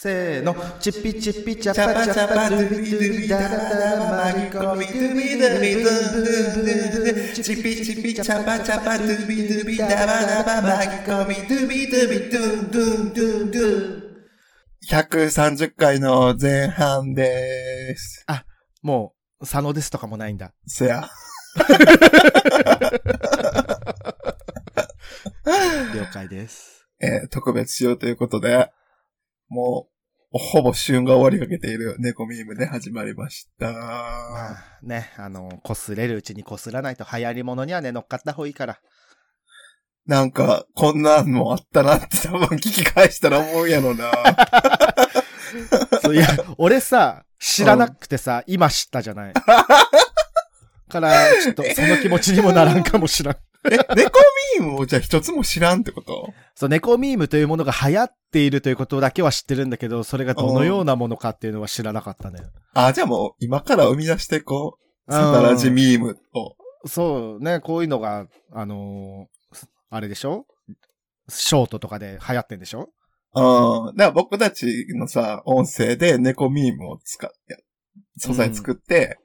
せーの、チッピチッピチャパチャパドゥビドゥビダラダラマリコミドゥビドゥビドゥビドゥビドゥチッピチッピチャパチャパドゥビドゥビダラダラマリコミドゥビドゥビドゥドゥドゥドゥ130回の前半でーす。もう、佐野ですとかもないんだ。せや。了解です。えー特別しようということで、もう、ほぼ旬が終わりかけている猫ミームで始まりました。まあね、あの、擦れるうちに擦らないと流行り物にはね、乗っかった方がいいから。なんか、こんなんもあったなって多分聞き返したら思うやろな。そういや、俺さ、知らなくてさ、今知ったじゃない。から、ちょっとその気持ちにもならんかもしらん。え、猫ミームをじゃあ一つも知らんってことそう、猫ミームというものが流行っているということだけは知ってるんだけど、それがどのようなものかっていうのは知らなかったね。あ、じゃあもう今から生み出していこう。サタラジミームを。うんそうね、こういうのが、あのーあれでしょショートとかで流行ってんでしょうん。だから僕たちのさ、音声で猫ミームを使って、素材作って、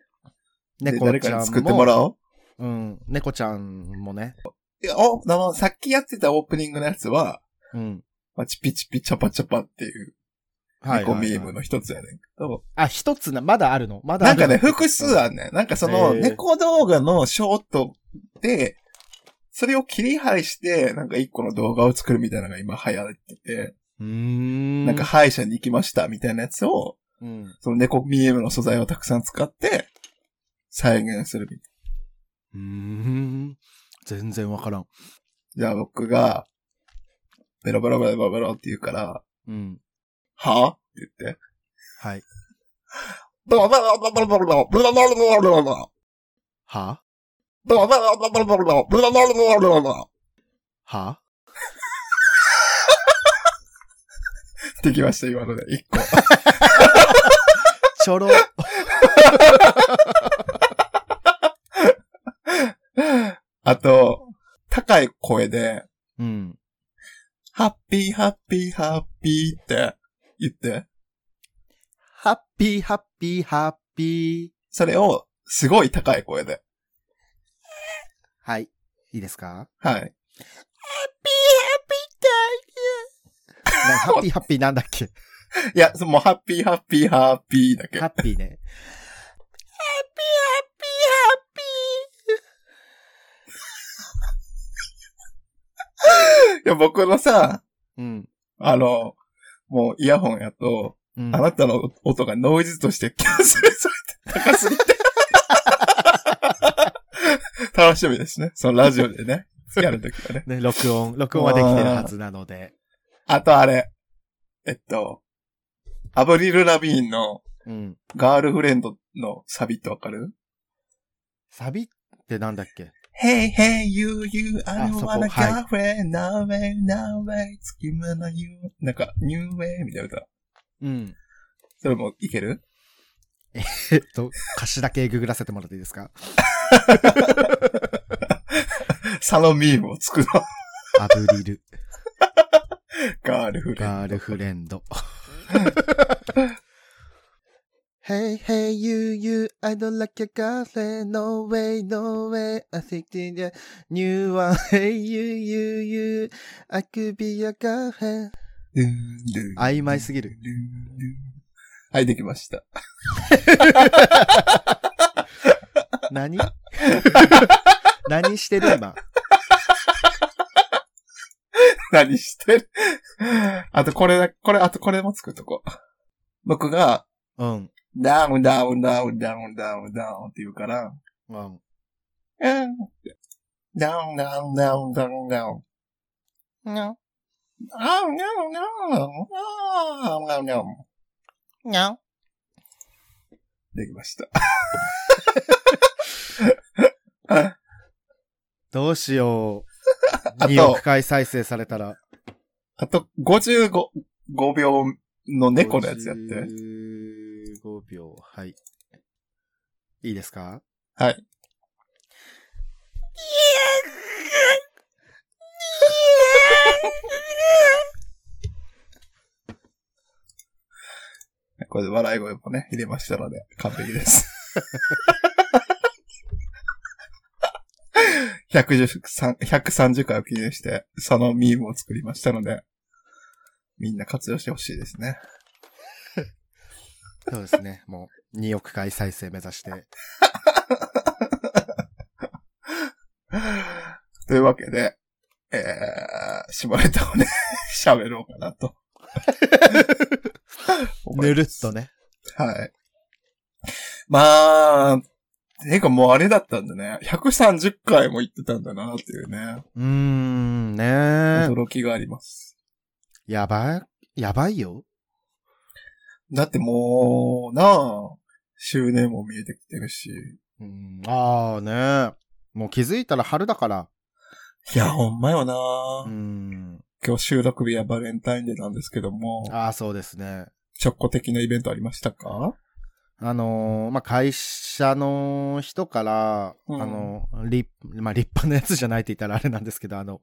で猫誰ちかゃんも。に作ってもらおう。うん、猫ちゃんもね。いやお、あの、さっきやってたオープニングのやつは、うん。まあ、チピチピチャパチャパっていう、はい猫ミームの一つやねんけど、あ、一つな、まだあるのまだあなんるかね、複数あんねん。なんかその、へー猫動画のショートで、それを切り配して、なんか一個の動画を作るみたいなのが今流行ってて、うーん。なんか、歯医者に行きましたみたいなやつを、うん。その猫ミームの素材をたくさん使って、再現するみたいな。うーん。全然わからん。じゃあ僕が、ベロベロベロベロって言うから、うん。はぁって言って、はい。ブロブロブロブロブロブロブロブロブロブロはブロブロブロブロブロブロブロブロブロブロはできました、今ので。一個。ちょろ。 あと、高い声で、うん。ハッピーハッピーハッピーって言って、ハッピーハッピーハッピー。それをすごい高い声で。はい。いいですかはい。なハッピーハッピーなんだっけいや、そもうハッピーハッピーハッピーだけハ。ッピーね。いや、僕のさ、うん。あの、もうイヤホンやと、うんあなたの音がノイズとしてキャンセルされて高すぎて。 楽しみですね。そのラジオでね、やるときはね。ね、録音、録音はできてるはずなので。あとあれ、えっと、アブリル・ラビーンのうん。ガールフレンドのサビってわかるサビってなんだっけ ?Hey, hey, you, you, あ I そ don't こ wanna は girlfriend, no way, no way, 月村の you, なんか、new way みたいな歌。 うん。それもいけるえっと、歌詞だけググらせてもらっていいですかサロミームを作ろう。 アブリル、ガールフレンド。ガールフレンド。hey, hey, you, you, I don't like your girlfriend, no way, no way, I think the new one, hey, you, you, you, I could be your girlfriend. ドゥンドゥン曖昧すぎる。ドゥンドゥンはい、できました。 何何してる今。何してる あとこれだ、これ、あとこれも作っとこう。僕が、うん。ダウンダウンダウンダウンダウンダウンって言うから、うん。うんってダウンダウンダウンダウンダウン。 No, ダウンダウンダウンダウンダウンダウンダウン no. できました。どうしよう。 あと2億回再生されたら。あと55、5秒の猫のやつやって。 15秒。はい。いいですかはい。これで笑い声もね、入れましたので、完璧です。113 130回を記念して、そのミームを作りましたので、みんな活用してほしいですね。そうですね。もう、2億回再生目指して。 というわけで、えー、下ネタをね、 喋ろうかな と。ぬるっとね。はい。まあ、てかもうあれだったんだね。130回も行ってたんだなっていうね。うーん、ねー驚きがあります。やばい、やばいよ。だってもう、なあ、周年も見えてきてるし。うん、ああねーもう気づいたら春だから。いや、ほんまよなうーん。今日収録日はバレンタインデーなんですけども、ああ、そうですね。直行的なイベントありましたかあのーまあ、会社の人から、うんあの、立、まあ、立派なやつじゃないって言ったらあれなんですけど、あの、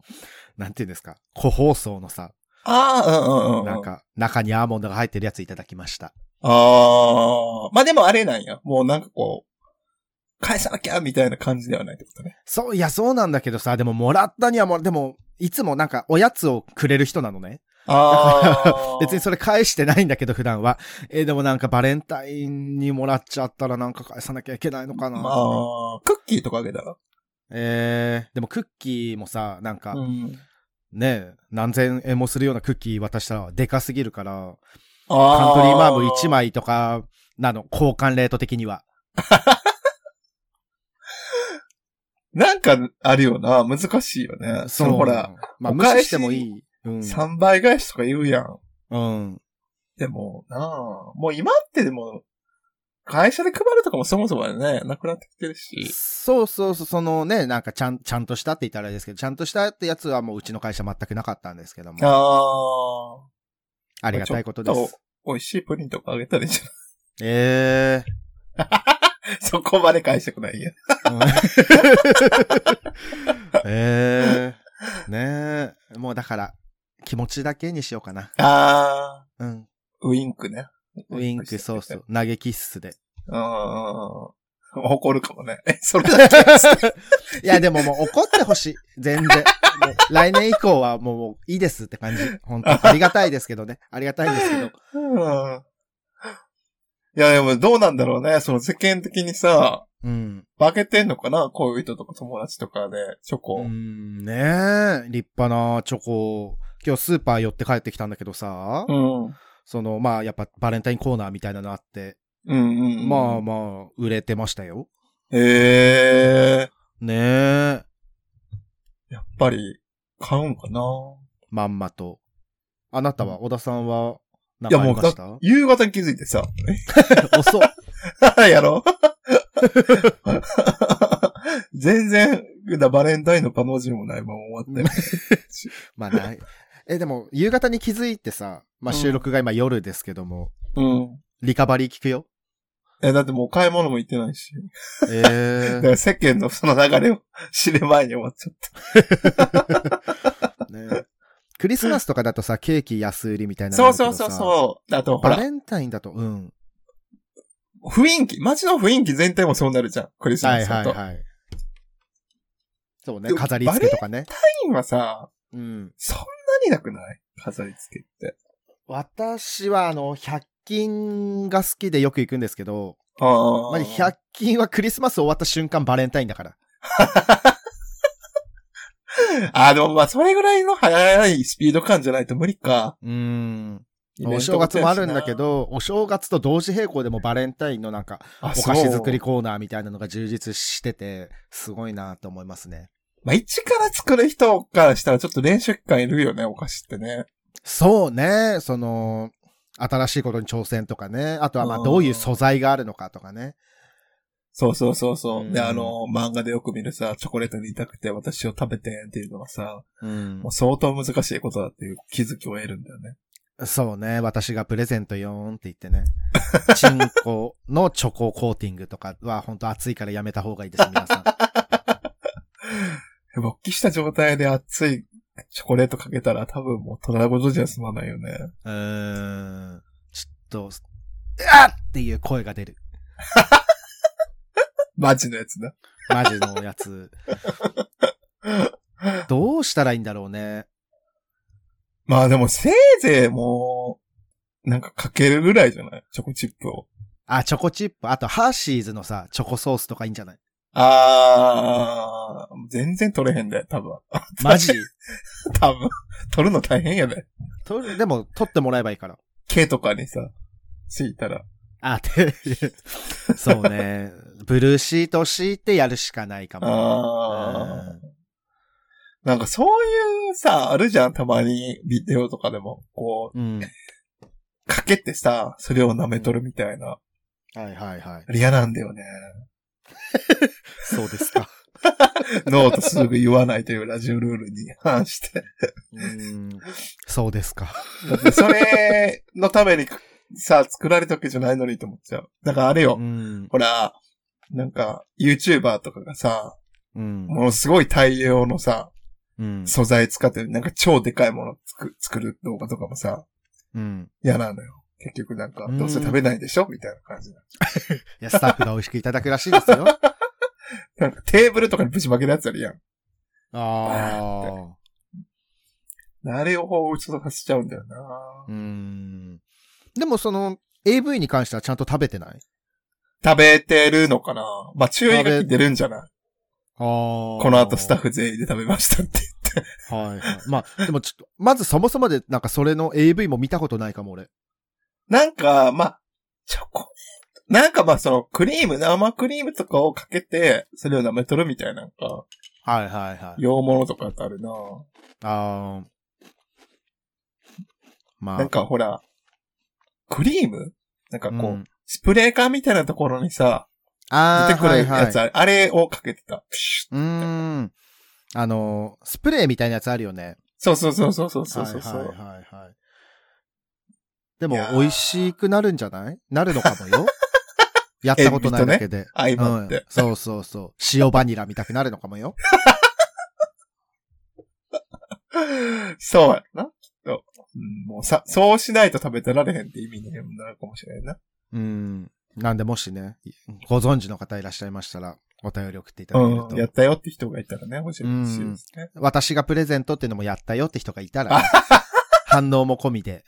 なんていうんですか、個包装のさ、ああ、うんうんうん。なんか、中にアーモンドが入ってるやついただきました。ああ、まあでもあれなんや。もうなんかこう、返さなきゃみたいな感じではないってことね。そう、いや、そうなんだけどさ、でも、もらったにはもら、でも、いつもなんか、おやつをくれる人なのね。ああ別にそれ返してないんだけど、普段は。えーでもなんか、バレンタインにもらっちゃったらなんか返さなきゃいけないのかな。まあ、クッキーとかあげたら。えー、でもクッキーもさ、なんか、ん。ねえ、何千円もするようなクッキー渡したらでかすぎるから、あカントリーマーム1。枚とかなの、交換レート的には。なんか、あるよな。難しいよね。そのほら、、まあお無返し視してもいい。うん。 3倍返しとか言うやん。うん。でも、なあ、もう今ってでも、会社で配るとかもそもそもね、なくなってきてるし。そうそうそう、そのね、なんかちゃん、ちゃんとしたって言ったらあれですけど、ちゃんとしたってやつはもううちの会社全くなかったんですけども、あああ、りがたいことでちょっす。美味しいプリンとかあげたらいいじゃえない そこまで返したくないや。えー。うん ええー。ねえ、もうだから、気持ちだけにしようかな。ああ、うん。ウインクね。ウインク、そうそう。。投げキッスで。うんうんうん。怒るかもね。 え、それだけ。いや、でももう怒ってほしい。全然。 もう来年以降はもうもういいですって感じ。本当ありがたいですけどね。ありがたいんですけど。うんいや、でもどうなんだろうね。その世間的にさ、うん。負けてんのかなこういう人とか友達とかで、チョコ。うん、ねえ。立派なチョコ。今日スーパー寄って帰ってきたんだけどさ、うん。うんその、まあ、やっぱバレンタインコーナーみたいなのあって、うんうん。まあまあ、売れてましたよ。ええねえ。やっぱり、買うんかなまんまと。あなたは、小田さんは、なんいやかありもまうしただ、夕方に気づいてさ、 遅っ。え やろ 全然、だバレンタインの可能性もないまま終わって。まあない。え、でも、夕方に気づいてさ、まあ収録が今夜ですけども、うん。リカバリー聞くよ。え、だってもう買い物も行ってないし。え だから世間のその流れを知る前に終わっちゃった。えね。クリスマスとかだとさ、ケーキ安売りみたいなのあそうるけそうどさ。そうそう。あと、ほバら、レンタインだと、うん。雰囲気、街の雰囲気全体もそうなるじゃん。クリスはマいスはだいと。はい。そうね、でも飾り付けとかね。インはさ、うん。そんなになくない飾り付けって。私は、あの、100均が好きでよく行くんですけど、ああまあ、100均はクリスマス終わった瞬間バレンタインだから。あ、でもまあ、それぐらいの速いスピード感じゃないと無理か。うん。イベントお正月もあるんだけもど、お正月と同時並行でもバレンタインのなんか、そうやおしな、菓子作りあ。そうコーナーみたいなのが充実してて、すごいなと思いますね。まあ、一から作る人からしたらちょっと練習期間いるよね、お菓子ってね。そうね、その、新しいことに挑戦とかね、あとはまあうんどういう素材があるのかとかね。そうそうそうそう。で、うんあの、漫画でよく見るさ、チョコレートに痛くて私を食べてっていうのはさ、うんもう。相当難しいことだっていう気づきを得るんだよね。そうね、私がプレゼントよーんって言ってね。 チンコのチョココーティングとかは本当暑いからやめた方がいいです、皆さ ん。勃起した状態で熱いチョコレートかけたら多分もうただごとじゃ済まないよね。うーん。ちょっと、あっっていう声が出る。マジのやつだ。マジのやつ。どうしたらいいんだろうね。まあでもせいぜいもう、なんかかけるぐらいじゃないチョコチップを。あ、チョコチップ。あと、ハーシーズのさ、チョコソースとかいいんじゃないあー、全然取れへんで、多分。 マジ多分。取るの大変やで。とでも、取ってもらえばいいから。毛とかにさ、敷いたら。あ、て、そうね。ブルーシートを敷いてやるしかないかも。あー。うんなんかそういうさ、あるじゃん、たまにビデオとかでも。こうん。う、かけてさ、それを舐めとるみたいな。はいはいはい。嫌なんだよね。そうです か。ノーとすぐ言わないというラジオルールに 反して。うん。そうですか。だってそれのためにさ、作られたわけじゃないのにと思っちゃう。だからあれよ、うん。ほら、なんか、YouTuber とかがさ、うん。ものすごい大量のさ、うん。素材使って、なんか超でかいもの作作る動画とかもさ、うん。嫌なのよ。結局なんかう、んどうせ食べないでしょみたいな感じ。いや、スタッフが美味しくいただくらしい ですよ。あなんかテーブルとかにぶちまけるやつあるやん。あ。あれを放出とかしちゃうんだよなうん。でも、その、AV に関してはちゃんと食べてない食べてるのかなまあ、注意が出るんじゃないああ。ここの後スタッ。フ全員で食べましたって言って。はいはい。まあ、でもちょっと、まずそもそもで、なんかそれの AV も見たことないかも、俺。なんか、まあ、チョコレート。なんかまあそのクリーム、生クリームとかをかけて、それを舐めとるみたいな、なんか、はいはいはい。洋物とかってあるなああ。まあ。なんかほら、クリームなんかこう、うんスプレー缶みたいなところにさ、ああ、出てくるやつあはいはい、るあれをかけてた。プシュッうーん。あの、スプレーみたいなやつあるよね。そうそうそうそうそうそうそはう。いはいはいはい。でもいや、ー美味しくなるんじゃないなるのかも よ。やったことないだけで。相うまっんて。、そうそうそう。塩バニラ見たくなるのかもよ。 そうやな、きっと。うんもうさ、そうしないと食べてられへんって意味になるかもしれないな。うん。なんでもしね、ご存知の方いらっしゃいましたら、お便り送っていただけるうとん。。やったよって人がいたらね、教えてほしいですね。私がプレゼントっていうのもやったよって人がいた ら、反応も込みで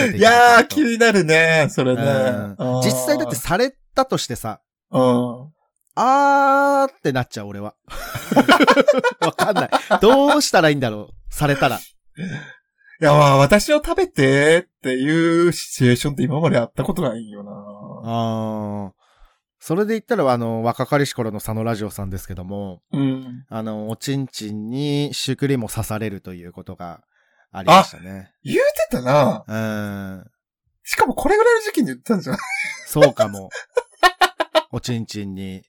教えていいただやけー、ると気になるね、それね。うん実際だって、されたとしてさ、うん。あーってなっちゃう、俺は。 わかんない。どうしたらいいんだろうされた ら。いや、まあ、私を食べてっていうシチュエーションって今までやったことないよな。あーそれで言ったら、あの、若かりし頃の佐野ラジオさんですけども、うん。あの、おちんちんにシュークリームを刺されるということがありましたね。言うてたな。うん。しかもこれぐらいの時期に言ってたんじゃないそうかも。おちんちんに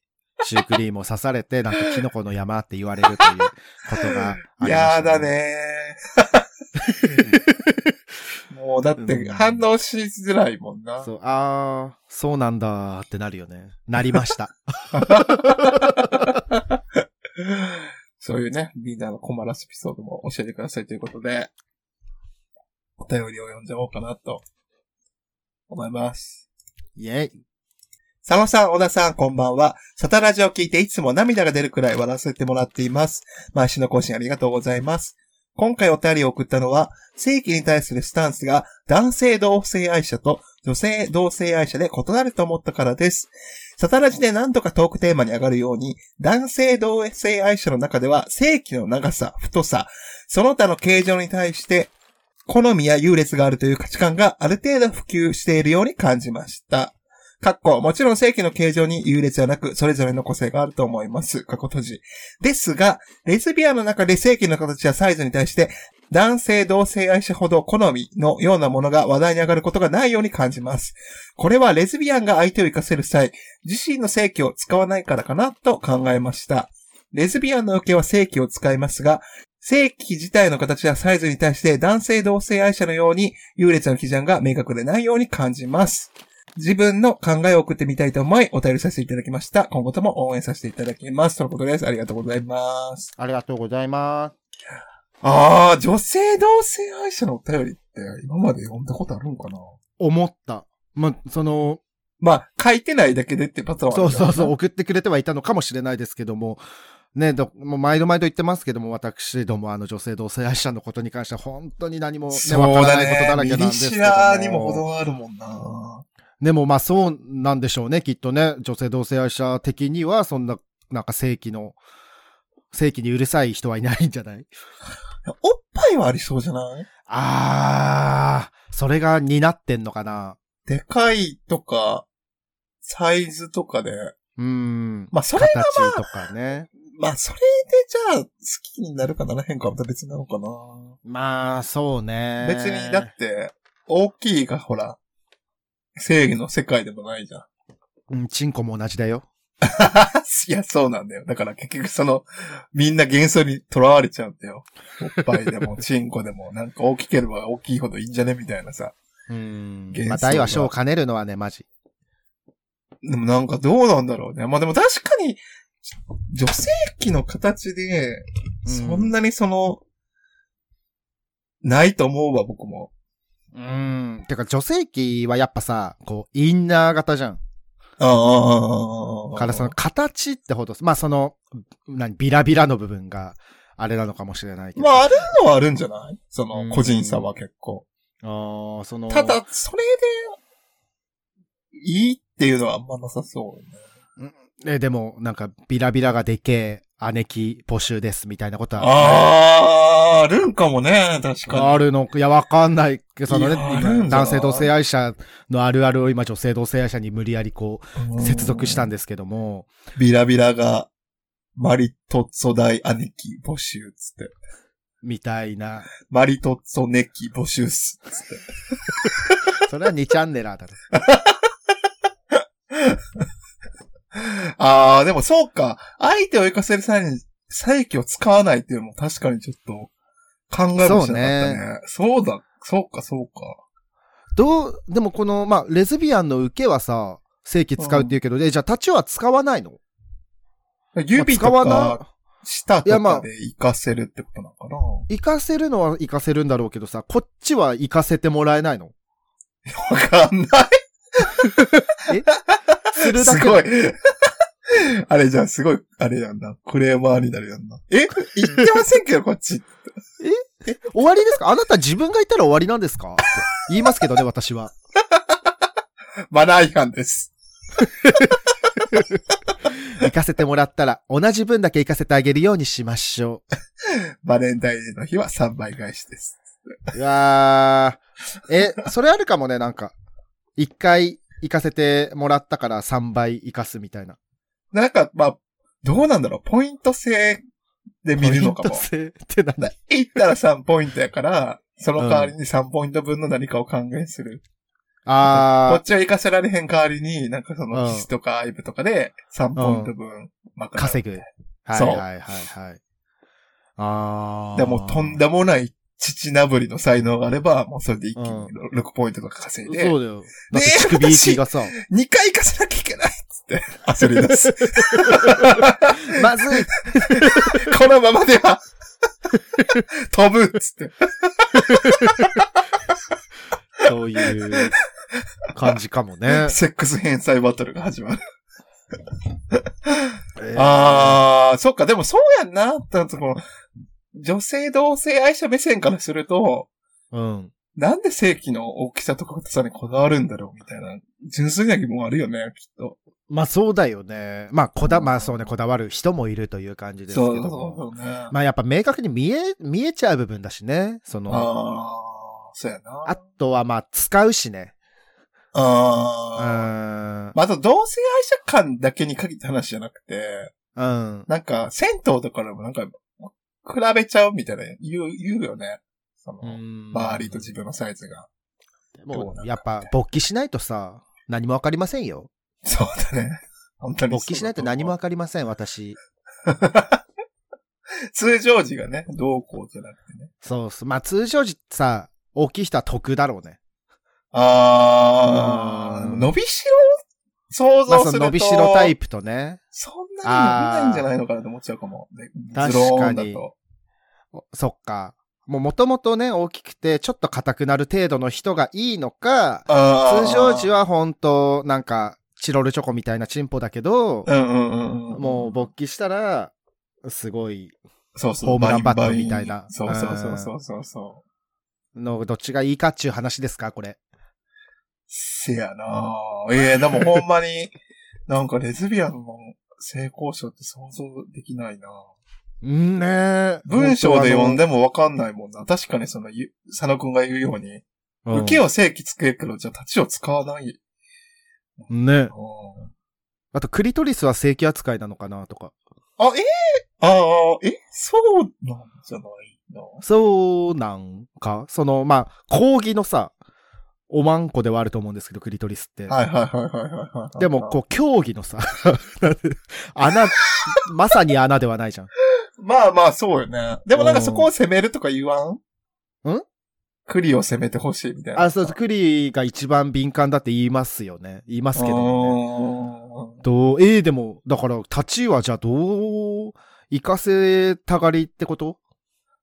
シュークリームを刺されて、なんかキノコの山って言われるということがありました、やだ。ね もう、だって反応しづらいもんな。そう、あー、そうなんだーってなるよね。なりま した。そういうね、みんなの困らすエピソードも教えてくださいということで、お便りを読んじゃおうかなと、思います。イェイ。佐野さん、小田さん、こんばんは。サタラジを聞いていつも涙が出るくらい笑わせてもらっています。毎週の更新ありがとうございます。今回お便りを送ったのは、正規に対するスタンスが男性同性愛者と女性同性愛者で異なると思ったからです。サタラジで何度かトークテーマに上がるように、男性同性愛者の中では正規の長さ、太さ、その他の形状に対して、好みや優劣があるという価値観がある程度普及しているように感じました。かっこ、もちろん正規の形状に優劣はなく、それぞれの個性があると思います。過去閉じ。ですが、レズビアンの中で正規の形やサイズに対して、男性同性愛者ほど好みのようなものが話題に上がることがないように感じます。これはレズビアンが相手を活かせる際、自身の性器を使わないからかなと考えました。レズビアンの受けは性器を使いますが、性器自体の形やサイズに対して男性同性愛者のように優劣の基準が明確でないように感じます。自分の考えを送ってみたいと思い、お便りさせていただきました。今後とも応援させていただきます。とのことです。ありがとうございます。ありがとうございます。ああ、女性同性愛者のお便りって今まで読んだことあるんかな思った。まあ、その、まあ、書いてないだけでってパターンはあそるうそうからそう、な。送ってくれてはいたのかもしれないですけども、ね、ど、もう毎度毎度言ってますけども、私どもあの女性同性愛者のことに関しては本当に何もね、わからないことだらけなんですけどミリシアも。にも程があるもんな。でもまあそうなんでしょうね、きっとね。女性同性愛者的には、そんな、なんか正規の、正規にうるさい人はいないんじゃないおっぱいはありそうじゃないあー、それが担ってんのかな。でかいとか、サイズとかで。うーん。まあ、それ形がまとあ、かね。まあ、それでじゃあ、好きになるかならへんかはまた別なのかな。まあ、そうね。別に、だって、大きいがほら、正義の世界でもないじゃん。う ん、チンコも同じだよ。いや、そうなんだよ。だから結局その、みんな幻想に囚われちゃうんだよ。おっぱいで も、チンコでも、なんか大きければ大きいほどいいんじゃねみたいなさ。うーん幻想。がまあ、大は小を兼ねるのはね、マジ。でもなんかどうなんだろうね。まあでも確かに、女性器の形で、うんそんなにその、ないと思うわ、僕も。うーん。てか、女性器はやっぱさ、こう、インナー型じゃん。ああ、ああ、ああ。からその形ってほど、まあその、何、ビラビラの部分があれなのかもしれないけど。まあ、あるのはあるんじゃないそうんの、個人差は結構。あー、その、ただ、それで、いいっていうのはあんまなさそうね。え、でも、なんか、ビラビラがでけえ、姉貴募集です、みたいなことは。あー、あるんかもね、確かあるの、いや、わかんないけど、そのねいやあるんじゃな、い男性同性愛者のあるあるを今、女性同性愛者に無理やりこう、に。接続したんですけども、ビラビラが、マリトッツォ大姉貴募集っつって。みたいな。マリトッツォネキ募集っすっつって。それは2チャンネラーだろ。あー、でもそうか。相手を生かせる際に、再起を使わないっていうのも確かにちょっと、考えもしなかったね。そうだ、そうか、そうか。どう、でもこの、まあ、レズビアンの受けはさ、正規使うって言うけど、で、じゃあ、タチは使わないの指とまあ使わなか、舌いやとまあかで生かせるってことなのかな。行かせるのは行かせるんだろうけどさ、こっちは行かせてもらえないのわかんない。するだすけ。ごい。 あれじゃん、すごい、あれやんな。クレーマーになるやんな。え言ってません けど、こっち。終わりですかあなた自分がいたら終わりなんですかって言いますけどね、私は。マナー違反です。行かせてもらったら、同じ分だけ行かせてあげるようにしましょバレンタインの日は3倍返しです。う。いやー。え、それあるかもね、なんか。一回行かせてもらったから3倍行かすみたいな。なんか、まあ、どうなんだろう。ポイント制で見るのかポもイント。制って なんだ。だ行ったら3ポイントやから、その代わりに3ポイント分の何かを還元する。こあっちは行かせられへん代わりに、なんかそうのんキスとかアイブとかで3ポイント分まー、かなう稼ぐ。はいそうはいはいはい。あー。でも、とんでもない父なぶりの才能があれば、もうそれで一気に6ポイントとか稼いで、そうだよ。だって乳首行きがさ。 2回行かせなきゃいけないっつって、焦り出す。まずいこのままでは、飛ぶっつって。そういう感じかもね 。セックス返済バトルが始まる。えーあー、そっか、でもそうやんな。だってこの女性同性愛者目線からすると、うん。なんで正規の大きさとか太さにこだわるんだろうみたいな、純粋な疑問あるよね、きっと。まあそうだよね。まあこだ、まあそうね、こだわる人もいるという感じですけどそうも。そうそうね。まあやっぱ明確に見え、見えちゃう部分だしね。その、あー、そうやな。あとはまあ使うしね。うあー。ん。まあ、あと同性愛者間だけに限った話じゃなくて、うん。なんか、銭湯とかでもなんか、比べちゃうみたいな言う、言うよね。その、周りと自分のサイズが。もうやっぱ勃起しないとさ、何もわかりませんよ。そうだね。 本当に勃起しないと何もわかかりません、私。通常時がね、どうこうじゃなくてね。そうっす。まあ通常時さ、大きい人は得だろうね。あー、うん伸びしろ想まあ像すそると、の伸びしろタイプとね。そんなに伸びないんじゃないのかなと思っちゃうかも。ね確かにズローンだと。そっか。もう元々ね、大きくて、ちょっと硬くなる程度の人がいいのか、あー通常時は本当なんか、チロルチョコみたいなチンポだけど、うんうんうんうん。もう勃起したら、すごいそうそう、ホームランバットバインみたいなそうそうそうそうそうそう。の、どっちがいいかっていう話ですか、これ。せやなぁ。ええでもほんまに、なんかレズビアンの性交渉って想像できないなぁうんねー文章で読んで、でもわかんないもんな。確かにその、ゆ佐野くんが言うように、受けを。を正規作るけど、じゃあ立ちを使わない。ねあ。ーあと、クリトリスは正規扱いなのかなとか。あ、ええああ、えそうなんじゃないなそうなんかその、まあ、講義のさ、おまんこではあると思うんですけど、クリトリスって。はいはいはいはいはいはい。でも、こう、競技のさ、 なんて穴、まさに穴ではないじゃん。う。まあまあ、そうよね。でもなんかそこを攻めるとか言わんんクリを攻めてほしいみたいな。あ、そう、クリが一番敏感だって言いますよね。言いますけどもね。ど、どう、ええでも、だから、立ちはじゃあどう、行かせたがりってこと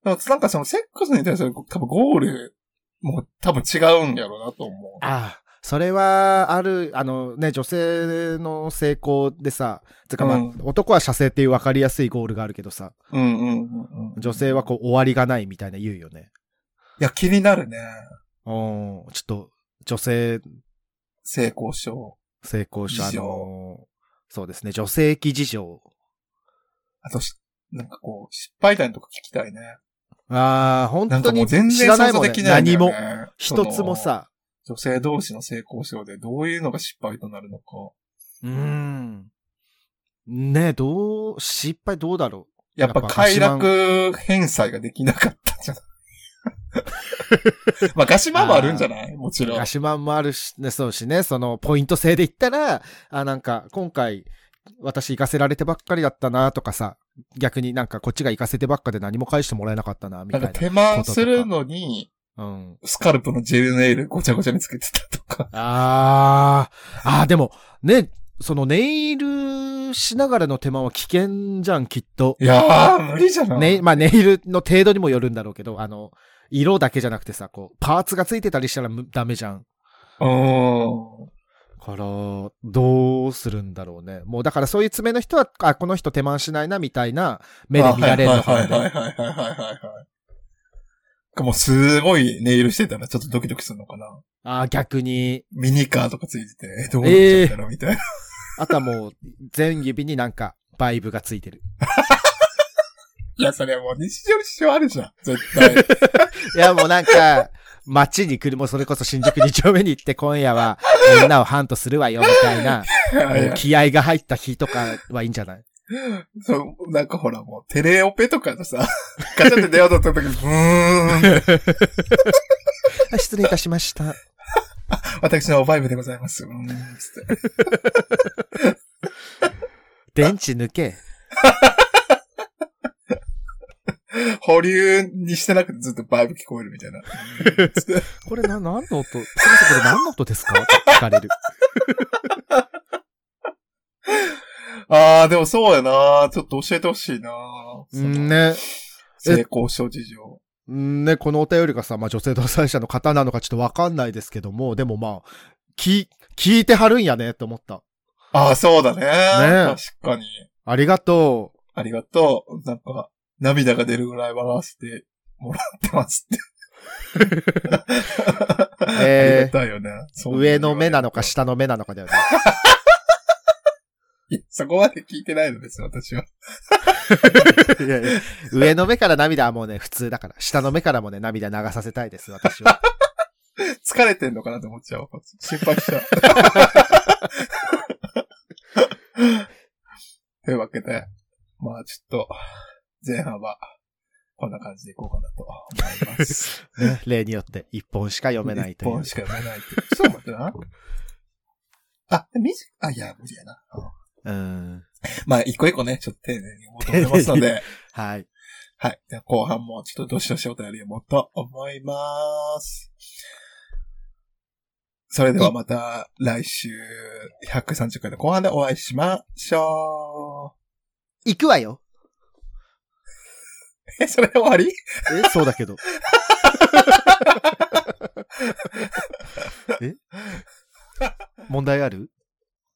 だからなんかそのセックスに対する多分ゴールも多分違うんやろうなと思う。ああ、それは、ある、あのね、女性の成功でさ、つかまあ、うん男は射精っていう分かりやすいゴールがあるけどさ、うんうんうんうん。女性はこう終わりがないみたいな言うよね。いや、気になるね。うん、ちょっと、女性性交渉。成功者、あ事情の、そうですね、女性器事情。あとし、なんかこう、失敗談とか聞きたいね。ああ、本なんか当もうに全知然らな想い像もん、でねきないんだ何よね、も、一つもさ、その。女性同士の性交渉でどういうのが失敗となるのか。うーん。ねえ、どう、失敗どうだろやっぱやっぱ快楽返済ができなかったんじ ゃないまあ、ガシマンもあるんじゃないもちう。ろんガ。シマンもあるし、ね、そうしね、その、ポイント制で言ったら、あ、なんか、今回、私行かせられてばっかりだったなとかさ、逆になんかこっちが行かせてばっかで何も返してもらえなかったな、みなたんいかな。手間するのに、うん。スカルプのジェルネイルごちゃごちゃにつけてたとか。あー、あーでも、ね、そのネイルしながらの手間は危険じゃん、きっと。いやー、無理じゃない。ね、まあネイルの程度にもよるんだろうけど、あの、色だけじゃなくてさ、こう、パーツがついてたりしたらむダメじゃん。うーん。から、どうするんだろうね。もうだからそういう爪の人は、あ、この人手間しないな、みたいな目で見られるはいのかはないはいはいはいはいはいはい。もうすごいネイルしてたらちょっとドキドキするのかな。あ、逆に。ミニカーとかついてて、え、どうなっちゃったのみたいな。あとはもう、全指になんか、バイブがついてる。いや、それはもう日常に支障あるじゃん。絶対。いや、もうなんか、 街に来る、もうそれこそ新宿2丁目に行って、今夜は、みんなをハントするわよ、みたいな、いや いもうや気合が入った日とかはいいんじゃないそう、なんかほらもうテレオペとかのさ、ガチャって出ようとった時に、ブーン。あ失礼いたしました。私のバイブでございます。うーん。つって電池抜け。保留にしてなくてずっとバイブ聞こえるみたいな。うーんつってこれな、何の音すみません、これ何の音ですかって聞か れる。あー、でもそうやなちょっと教えてほしいなそのんね。性交渉事情。んね、このお便りがさ、まあ女性同性者の方なのかちょっとわかんないですけども、でもまあ、き、聞いてはるんやねって思った。ああ、そうだね。え確かに。ありがとう。ありがとう。なんか、涙が出るぐらい笑わせてもらってます って。えー ありがたいよね。そう上の目なのかい下の目なのかだよね。やそこまで聞いてないのです、私は。 いやいや上の目から涙はもうね、普通だから。下の目からもね、涙流させたいです、私は。疲れてんのかなと思っちゃう。心配 しちゃう。というわけで、まあちょっと、前半は、こんな感じでいこうかなと思います。 ね例によって、一本しか読めないとい一う本。しか読めないって。そう待ってな。あ、みじ、あ、いや、無理やな。うん。まあ、一個一個ね、ちょっと丁寧に思ってますので、はい。はい。じゃあ後半もちょっとどしどしお便りをもっと思います。それではまた来週130回の後半でお会いしましょう。行くわよえ、それ終わりえ、そうだけ ど。え問題ある